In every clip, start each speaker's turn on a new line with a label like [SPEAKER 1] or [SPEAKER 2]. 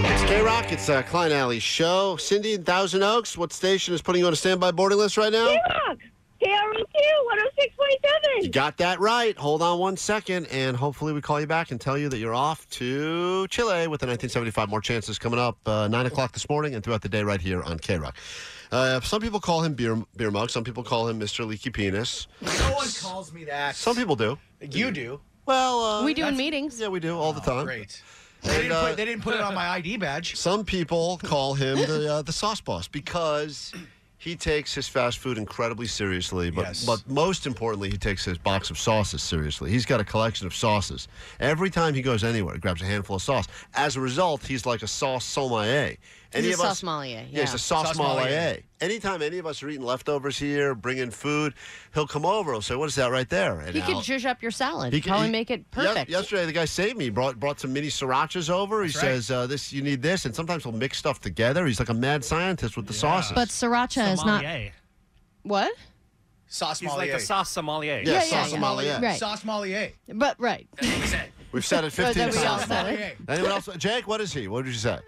[SPEAKER 1] It's K Rock, it's uh, Klein Alley Show. Cindy in Thousand Oaks, what station is putting you on a standby boarding list right now?
[SPEAKER 2] Rock. KROQ 106.7.
[SPEAKER 1] You got that right. Hold on one second, and hopefully we call you back and tell you that you're off to Chile with the 1975 More Chances coming up uh, 9 o'clock this morning and throughout the day right here on K-Rock. Uh, some people call him Beer, beer Mug. Some people call him Mr. Leaky Penis.
[SPEAKER 3] No one calls me that.
[SPEAKER 1] Some people do.
[SPEAKER 3] you do.
[SPEAKER 1] Well, uh,
[SPEAKER 4] We do Oh, in meetings.
[SPEAKER 1] yeah, we do all the time.
[SPEAKER 3] Great. They didn't,
[SPEAKER 1] uh,
[SPEAKER 3] put, they didn't put it on my ID badge.
[SPEAKER 1] Some people call him the uh, the sauce boss because he takes his fast food incredibly seriously, but
[SPEAKER 3] Yes.
[SPEAKER 1] but most importantly, he takes his box of sauces seriously. He's got a collection of sauces. Every time he goes anywhere, he grabs a handful of sauce. As a result, he's like a sauce sommelier.
[SPEAKER 4] a sauce sommelier,
[SPEAKER 1] Yeah, he's
[SPEAKER 4] yeah.
[SPEAKER 1] a sauce
[SPEAKER 3] Sauce
[SPEAKER 1] sommelier.
[SPEAKER 3] sommelier.
[SPEAKER 1] Anytime any of us are eating leftovers here, bringing food, he'll come over. He'll say, "What is that right there?" And
[SPEAKER 4] He could
[SPEAKER 1] I'll-
[SPEAKER 4] zhuzh up your salad.
[SPEAKER 1] he
[SPEAKER 4] He
[SPEAKER 1] can-
[SPEAKER 4] probably
[SPEAKER 1] he-
[SPEAKER 4] make it
[SPEAKER 1] Yes-
[SPEAKER 4] perfect.
[SPEAKER 1] yesterday, the guy saved me. He brought brought some mini srirachas over. He
[SPEAKER 3] That's right.
[SPEAKER 1] says, uh, "This you need this," and sometimes he'll mix stuff together. He's like a mad scientist with the sauces.
[SPEAKER 4] But sriracha is not.
[SPEAKER 5] Sommelier.
[SPEAKER 4] What?
[SPEAKER 3] Sauce
[SPEAKER 5] He's like a sauce sommelier.
[SPEAKER 1] yeah,
[SPEAKER 4] yeah,
[SPEAKER 1] sauce
[SPEAKER 4] yeah.
[SPEAKER 1] sommelier.
[SPEAKER 4] Right.
[SPEAKER 3] Sauce Molier.
[SPEAKER 4] But, right.
[SPEAKER 1] We've said it
[SPEAKER 4] But
[SPEAKER 1] fifteen
[SPEAKER 4] then we all
[SPEAKER 1] times.
[SPEAKER 4] said it.
[SPEAKER 1] Anyone else? Jake, what is he? What did you say?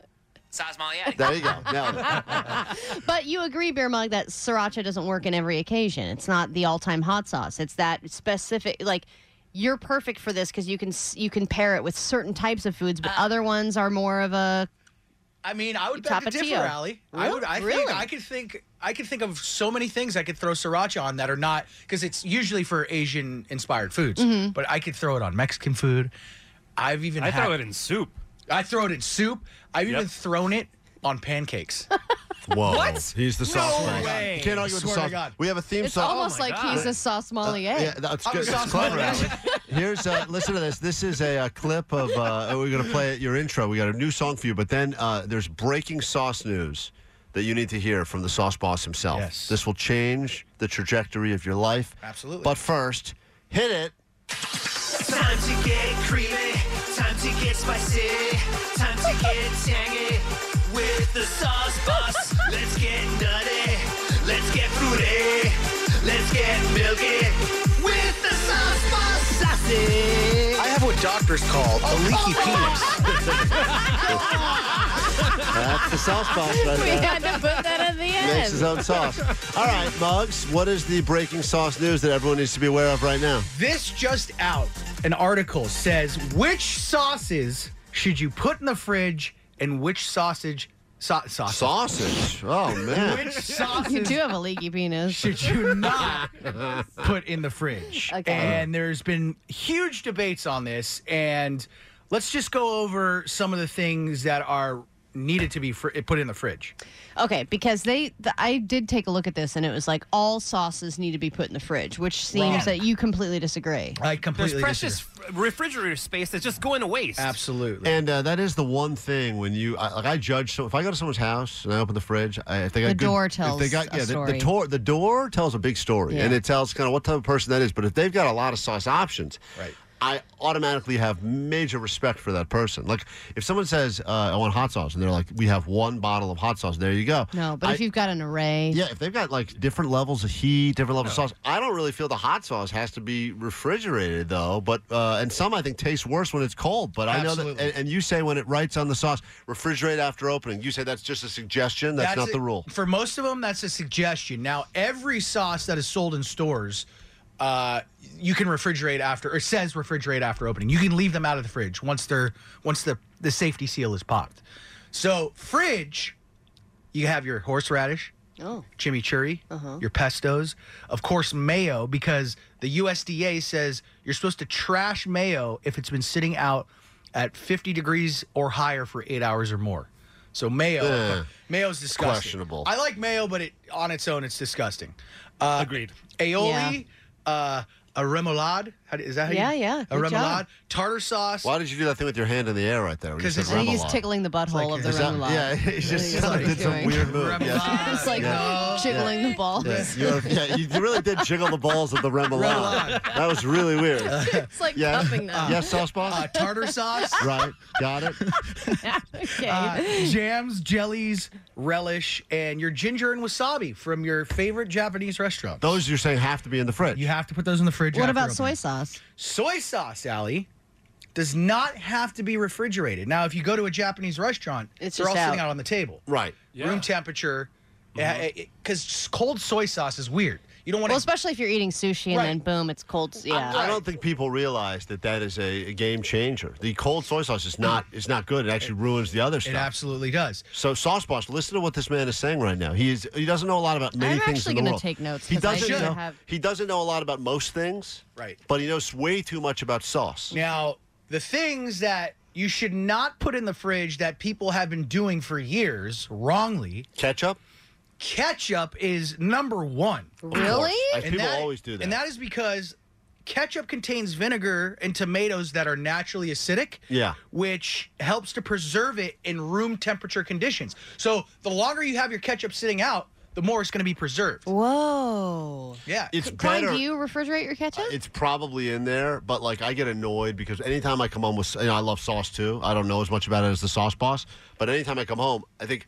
[SPEAKER 1] Sauce There you go. Now,
[SPEAKER 4] But you agree, Beer Mug, that sriracha doesn't work in every occasion. It's not the all-time hot sauce. It's that specific, like you're perfect for this because you can s- you can pair it with certain types of foods, but other ones are more of a.
[SPEAKER 3] I mean, I would bet to
[SPEAKER 4] Tapatio.
[SPEAKER 3] differ, Allie. I
[SPEAKER 4] Real-
[SPEAKER 3] would. I
[SPEAKER 4] really?
[SPEAKER 3] think I could think. I could think of so many things I could throw sriracha on that are not because it's usually for Asian-inspired foods.
[SPEAKER 4] Mm-hmm.
[SPEAKER 3] But I could throw it on Mexican food. I've even.
[SPEAKER 5] I
[SPEAKER 3] had,
[SPEAKER 5] throw it in soup.
[SPEAKER 3] I throw it in soup. I've even thrown it on pancakes.
[SPEAKER 1] whoa, He's the sauce man.
[SPEAKER 3] way.
[SPEAKER 1] You can't argue with the
[SPEAKER 3] Swear to
[SPEAKER 1] sauce.
[SPEAKER 3] God.
[SPEAKER 1] We have a theme
[SPEAKER 4] It's
[SPEAKER 1] song.
[SPEAKER 4] almost
[SPEAKER 5] my
[SPEAKER 4] like
[SPEAKER 5] God.
[SPEAKER 4] he's a sauce sommelier.
[SPEAKER 1] Yeah, that's
[SPEAKER 3] I'm
[SPEAKER 1] good. It's
[SPEAKER 3] a sauce
[SPEAKER 1] clever,
[SPEAKER 3] man.
[SPEAKER 1] Allie. Here's uh, listen to this. This is a, uh clip of uh, we're gonna play your intro. We got a new song for you, but then uh, there's breaking sauce news that you need to hear from the sauce boss himself.
[SPEAKER 3] Yes.
[SPEAKER 1] This will change the trajectory of your life.
[SPEAKER 3] Absolutely.
[SPEAKER 1] But first, hit it.
[SPEAKER 6] Time to get creamy, time to get spicy, time to get tangy with the sauce boss. Let's get nutty, let's get fruity, let's get milky with the sauce boss sausage.
[SPEAKER 3] I have what doctors call a leaky penis.
[SPEAKER 1] That's the sauce boss right
[SPEAKER 4] We
[SPEAKER 1] there.
[SPEAKER 4] had to put that at the
[SPEAKER 1] Makes his
[SPEAKER 4] end.
[SPEAKER 1] own sauce. All right, Muggs, what is the breaking sauce news that everyone needs to be aware of right now?
[SPEAKER 3] This just out. An article says which sauces should you put in the fridge and which sausage sa- sausage.
[SPEAKER 1] Sausage. Oh, man.
[SPEAKER 3] Which sauces
[SPEAKER 4] You do have a leaky penis.
[SPEAKER 3] should you not put in the fridge?
[SPEAKER 4] Okay.
[SPEAKER 3] And there's been huge debates on this. And let's just go over some of the things that are needed to be fr- put in the fridge.
[SPEAKER 4] Okay, because they, the, I did take a look at this and it was like all sauces need to be put in the fridge, which seems
[SPEAKER 3] Wrong.
[SPEAKER 4] that you completely disagree.
[SPEAKER 3] I
[SPEAKER 5] There's
[SPEAKER 3] completely
[SPEAKER 5] precious
[SPEAKER 3] disagree.
[SPEAKER 5] refrigerator space that's just going to waste.
[SPEAKER 3] Absolutely.
[SPEAKER 1] And uh, that is the one thing when you I, like I judge. So if I go to someone's house and I open the fridge, I, if they got
[SPEAKER 4] The
[SPEAKER 1] good-
[SPEAKER 4] door
[SPEAKER 1] if
[SPEAKER 4] tells
[SPEAKER 1] they got,
[SPEAKER 4] a
[SPEAKER 1] yeah, the- The,
[SPEAKER 4] story.
[SPEAKER 1] door the door tells a big story, and
[SPEAKER 4] Yeah.
[SPEAKER 1] it tells kind of what type of person that is. But if they've got a lot of sauce options,
[SPEAKER 3] Right.
[SPEAKER 1] I automatically have major respect for that person. Like if someone says, uh, "I want hot sauce," and they're like, "We have one bottle of hot sauce." There you go.
[SPEAKER 4] No, but
[SPEAKER 1] I-
[SPEAKER 4] if you've got an array,
[SPEAKER 1] yeah, if they've got like different levels of heat, different levels of sauce, I don't really feel the hot sauce has to be refrigerated though. But uh, and some I think taste worse when it's cold. But I know that,
[SPEAKER 3] Absolutely.
[SPEAKER 1] and, and you say when it writes on the sauce, refrigerate after opening. You say that's just a suggestion. That's, not
[SPEAKER 3] it.
[SPEAKER 1] the rule.
[SPEAKER 3] For most of them, that's a suggestion. Now, every sauce that is sold in stores, uh, you can refrigerate after, or says refrigerate after opening. You can leave them out of the fridge once they're once the the safety seal is popped. So, fridge, you have your horseradish,
[SPEAKER 4] Oh.
[SPEAKER 3] chimichurri,
[SPEAKER 7] Uh-huh.
[SPEAKER 3] your pestos, of course, mayo, because the USDA says you're supposed to trash mayo if it's been sitting out at 50 degrees or higher for eight hours or more. So mayo,
[SPEAKER 1] Ugh.
[SPEAKER 3] mayo's disgusting.
[SPEAKER 1] Questionable.
[SPEAKER 3] I like mayo, but it on its own, it's disgusting. Uh,
[SPEAKER 5] Agreed.
[SPEAKER 3] Aioli, uh, a remoulade How do, is that how
[SPEAKER 7] Yeah,
[SPEAKER 3] you?
[SPEAKER 7] yeah,
[SPEAKER 3] A
[SPEAKER 7] good
[SPEAKER 3] remoulade,
[SPEAKER 7] job.
[SPEAKER 3] tartar sauce.
[SPEAKER 1] Why did you do that thing with your hand in the air right there? when you
[SPEAKER 3] 'Cause
[SPEAKER 1] said
[SPEAKER 3] it's-
[SPEAKER 7] He's
[SPEAKER 1] remoulade?
[SPEAKER 7] tickling the butthole
[SPEAKER 3] like
[SPEAKER 7] of
[SPEAKER 3] a-
[SPEAKER 7] the
[SPEAKER 1] Is that-
[SPEAKER 7] remoulade.
[SPEAKER 1] yeah, he just
[SPEAKER 7] That's what
[SPEAKER 1] did
[SPEAKER 7] he's
[SPEAKER 1] some
[SPEAKER 7] doing.
[SPEAKER 1] weird move. Yes.
[SPEAKER 7] It's like
[SPEAKER 4] "Oh,
[SPEAKER 1] Yeah.
[SPEAKER 7] jiggling the balls.
[SPEAKER 1] Yeah, you, yeah, you really did jiggle the balls of the remoulade. That was really weird.
[SPEAKER 7] It's like
[SPEAKER 1] Yeah.
[SPEAKER 7] cupping them.
[SPEAKER 1] yes, sauce boss.
[SPEAKER 3] Uh, tartar sauce.
[SPEAKER 1] right, got it.
[SPEAKER 7] Okay.
[SPEAKER 3] uh, jams, jellies, relish, and your ginger and wasabi from your favorite Japanese restaurant.
[SPEAKER 1] Those you're saying have to be in the fridge.
[SPEAKER 3] You have to put those in the fridge.
[SPEAKER 7] what
[SPEAKER 3] after
[SPEAKER 7] about soy
[SPEAKER 3] opening.
[SPEAKER 7] sauce?
[SPEAKER 3] Soy sauce, Allie, does not have to be refrigerated. Now, if you go to a Japanese restaurant,
[SPEAKER 7] It's
[SPEAKER 3] they're
[SPEAKER 7] just
[SPEAKER 3] all sitting
[SPEAKER 7] out.
[SPEAKER 3] out on the table.
[SPEAKER 1] right. Mm-hmm.
[SPEAKER 5] Yeah.
[SPEAKER 3] Room temperature. eh, Because cold soy sauce is weird. You don't want
[SPEAKER 7] Well,
[SPEAKER 3] to.
[SPEAKER 7] especially if you're eating sushi and
[SPEAKER 3] Right.
[SPEAKER 7] then boom, it's cold. Yeah.
[SPEAKER 1] I don't think people realize that that is a, a game changer. The cold soy sauce is not is not good. It actually ruins the other
[SPEAKER 3] It
[SPEAKER 1] stuff.
[SPEAKER 3] absolutely does.
[SPEAKER 1] so, Sauce Boss, listen to what this man is saying right now. He is he doesn't know a lot about many
[SPEAKER 7] I'm
[SPEAKER 1] things
[SPEAKER 7] actually
[SPEAKER 1] in the
[SPEAKER 7] gonna
[SPEAKER 1] world.
[SPEAKER 7] take notes
[SPEAKER 1] He
[SPEAKER 7] 'cause I
[SPEAKER 1] doesn't
[SPEAKER 7] should
[SPEAKER 1] know.
[SPEAKER 7] have-
[SPEAKER 1] He doesn't know a lot about most things.
[SPEAKER 3] Right.
[SPEAKER 1] But he knows way too much about sauce.
[SPEAKER 3] Now, the things that you should not put in the fridge that people have been doing for years wrongly
[SPEAKER 1] Ketchup.
[SPEAKER 3] ketchup is number one.
[SPEAKER 7] really?
[SPEAKER 1] Like, people always do that.
[SPEAKER 3] And that is because ketchup contains vinegar and tomatoes that are naturally acidic.
[SPEAKER 1] Yeah.
[SPEAKER 3] Which helps to preserve it in room temperature conditions. So the longer you have your ketchup sitting out, the more it's going to be preserved.
[SPEAKER 7] Whoa.
[SPEAKER 3] Yeah.
[SPEAKER 1] it's
[SPEAKER 7] Brian,
[SPEAKER 1] better. Uh,
[SPEAKER 7] do you refrigerate your ketchup?
[SPEAKER 1] It's probably in there, but like I get annoyed because anytime I come home with, you know, I love sauce too. I don't know as much about it as the sauce boss, but anytime I come home, I think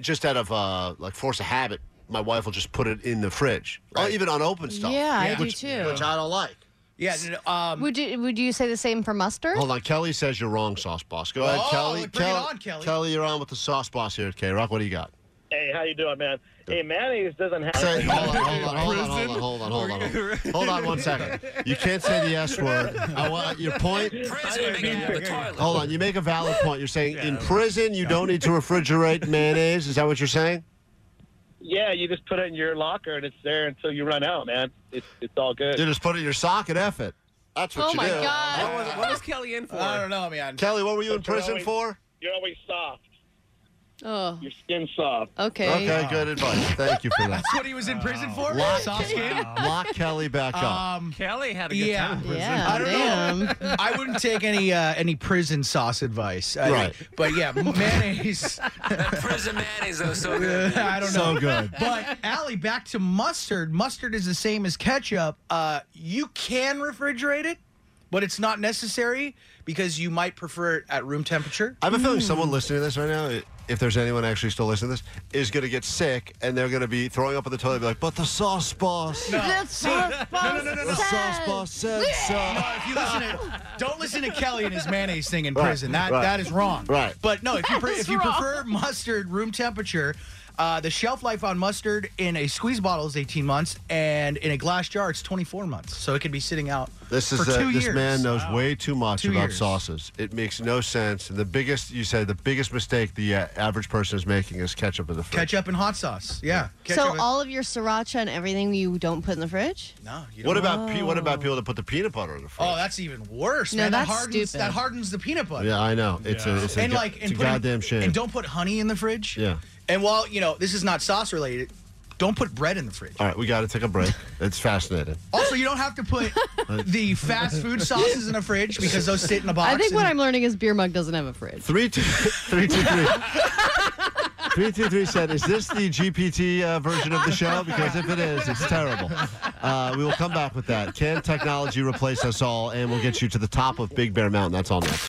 [SPEAKER 1] just out of uh, like force of habit, my wife will just put it in the fridge, or even unopened
[SPEAKER 7] yeah,
[SPEAKER 1] stuff.
[SPEAKER 7] I
[SPEAKER 3] Yeah.
[SPEAKER 7] do
[SPEAKER 3] Which-
[SPEAKER 7] too.
[SPEAKER 1] which I don't like.
[SPEAKER 3] yeah. no, no, Um,
[SPEAKER 7] Would you would you say the same for mustard?
[SPEAKER 1] Hold on, Kelly says you're wrong, sauce boss. Go ahead,
[SPEAKER 3] Oh,
[SPEAKER 1] Kelly.
[SPEAKER 3] bring it on, Kelly.
[SPEAKER 1] Kelly, you're on with the sauce boss here at K Rock. What do you got?
[SPEAKER 8] Hey, how you doing, man? Hey, mayonnaise doesn't have.
[SPEAKER 1] Say, hold on, hold on, hold on, hold on, hold on, hold on, hold on. Hold on one second. You can't say the S word. I want your point.
[SPEAKER 6] Prison, make it to the toilet.
[SPEAKER 1] Hold on, you make a valid point. You're saying in prison you don't need to refrigerate mayonnaise. Is that what you're saying?
[SPEAKER 8] Yeah, you just put it in your locker and it's there until you run out, man. It's it's all good.
[SPEAKER 1] You just put it in your sock and F it. That's what
[SPEAKER 7] Oh
[SPEAKER 1] you
[SPEAKER 7] my
[SPEAKER 1] do.
[SPEAKER 7] God.
[SPEAKER 5] What was, what was Kelly in for?
[SPEAKER 3] I don't know, man.
[SPEAKER 1] Oh, Kelly, what were you in prison for?
[SPEAKER 8] You're always soft.
[SPEAKER 7] Oh,
[SPEAKER 8] Your skin's soft.
[SPEAKER 7] okay.
[SPEAKER 1] Okay, good advice. Thank you for that.
[SPEAKER 3] That's what he was in prison for?
[SPEAKER 1] Lock,
[SPEAKER 3] Soft skin?
[SPEAKER 1] lock Kelly back up.
[SPEAKER 3] Um,
[SPEAKER 5] Kelly had a good
[SPEAKER 3] Yeah.
[SPEAKER 5] time in prison.
[SPEAKER 7] Yeah,
[SPEAKER 3] I don't know.
[SPEAKER 7] damn.
[SPEAKER 3] I wouldn't take any uh, any prison sauce advice. I-
[SPEAKER 1] Right.
[SPEAKER 3] But yeah, mayonnaise.
[SPEAKER 6] That prison mayonnaise though, so good.
[SPEAKER 3] I don't know.
[SPEAKER 1] so good.
[SPEAKER 3] But Allie, back to mustard. Mustard is the same as ketchup. Uh, you can refrigerate it, but it's not necessary because you might prefer it at room temperature.
[SPEAKER 1] I have a feeling someone listening to this right now, if there's anyone actually still listening to this, is going to get sick and they're going to be throwing up in the toilet and be like, but the sauce boss.
[SPEAKER 7] That's what
[SPEAKER 3] no, no, no,
[SPEAKER 1] The
[SPEAKER 3] no.
[SPEAKER 1] sauce boss said so.
[SPEAKER 3] If you listen to, don't listen to Kelly and his mayonnaise thing in
[SPEAKER 1] Right,
[SPEAKER 3] prison. That
[SPEAKER 1] right.
[SPEAKER 3] that is wrong.
[SPEAKER 1] Right.
[SPEAKER 3] But no, if you pre-
[SPEAKER 7] is
[SPEAKER 3] if you
[SPEAKER 7] wrong.
[SPEAKER 3] prefer mustard room temperature, uh, the shelf life on mustard in a squeeze bottle is 18 months, and in a glass jar it's 24 months. So it could be sitting out
[SPEAKER 1] This is
[SPEAKER 3] for
[SPEAKER 1] uh,
[SPEAKER 3] two
[SPEAKER 1] this
[SPEAKER 3] years.
[SPEAKER 1] man knows way too much
[SPEAKER 3] Two
[SPEAKER 1] about
[SPEAKER 3] years.
[SPEAKER 1] sauces. It makes no sense. And the biggest you said the biggest mistake the uh, average person is making is ketchup in the fridge.
[SPEAKER 3] Ketchup and hot sauce. Yeah.
[SPEAKER 7] So
[SPEAKER 3] Ketchup-
[SPEAKER 7] all of your sriracha and everything you don't put in the fridge?
[SPEAKER 3] No. You don't
[SPEAKER 1] What about pe- what about people that put the peanut butter in the fridge?
[SPEAKER 3] Oh, that's even worse,
[SPEAKER 7] No,
[SPEAKER 3] man.
[SPEAKER 7] that's
[SPEAKER 3] that hardens
[SPEAKER 7] stupid.
[SPEAKER 3] that hardens the peanut butter.
[SPEAKER 1] yeah, I know. It's a it's a,
[SPEAKER 3] And
[SPEAKER 1] go-
[SPEAKER 3] like
[SPEAKER 1] it's
[SPEAKER 3] and
[SPEAKER 1] a
[SPEAKER 3] putting-
[SPEAKER 1] goddamn shame.
[SPEAKER 3] And don't put honey in the fridge.
[SPEAKER 1] Yeah.
[SPEAKER 3] And while you know this is not sauce related, don't put bread in the fridge.
[SPEAKER 1] All right, we got to take a break. It's fascinating.
[SPEAKER 3] Also, you don't have to put the fast food sauces in a fridge because those sit in a box.
[SPEAKER 7] I think
[SPEAKER 3] and-
[SPEAKER 7] what I'm learning is beer mug doesn't have a fridge.
[SPEAKER 1] Three two three two three. Three two three said, "Is this the GPT uh, version of the show? Because if it is, it's terrible." Uh, we will come back with that. Can technology replace us all? And we'll get you to the top of Big Bear Mountain. That's all next.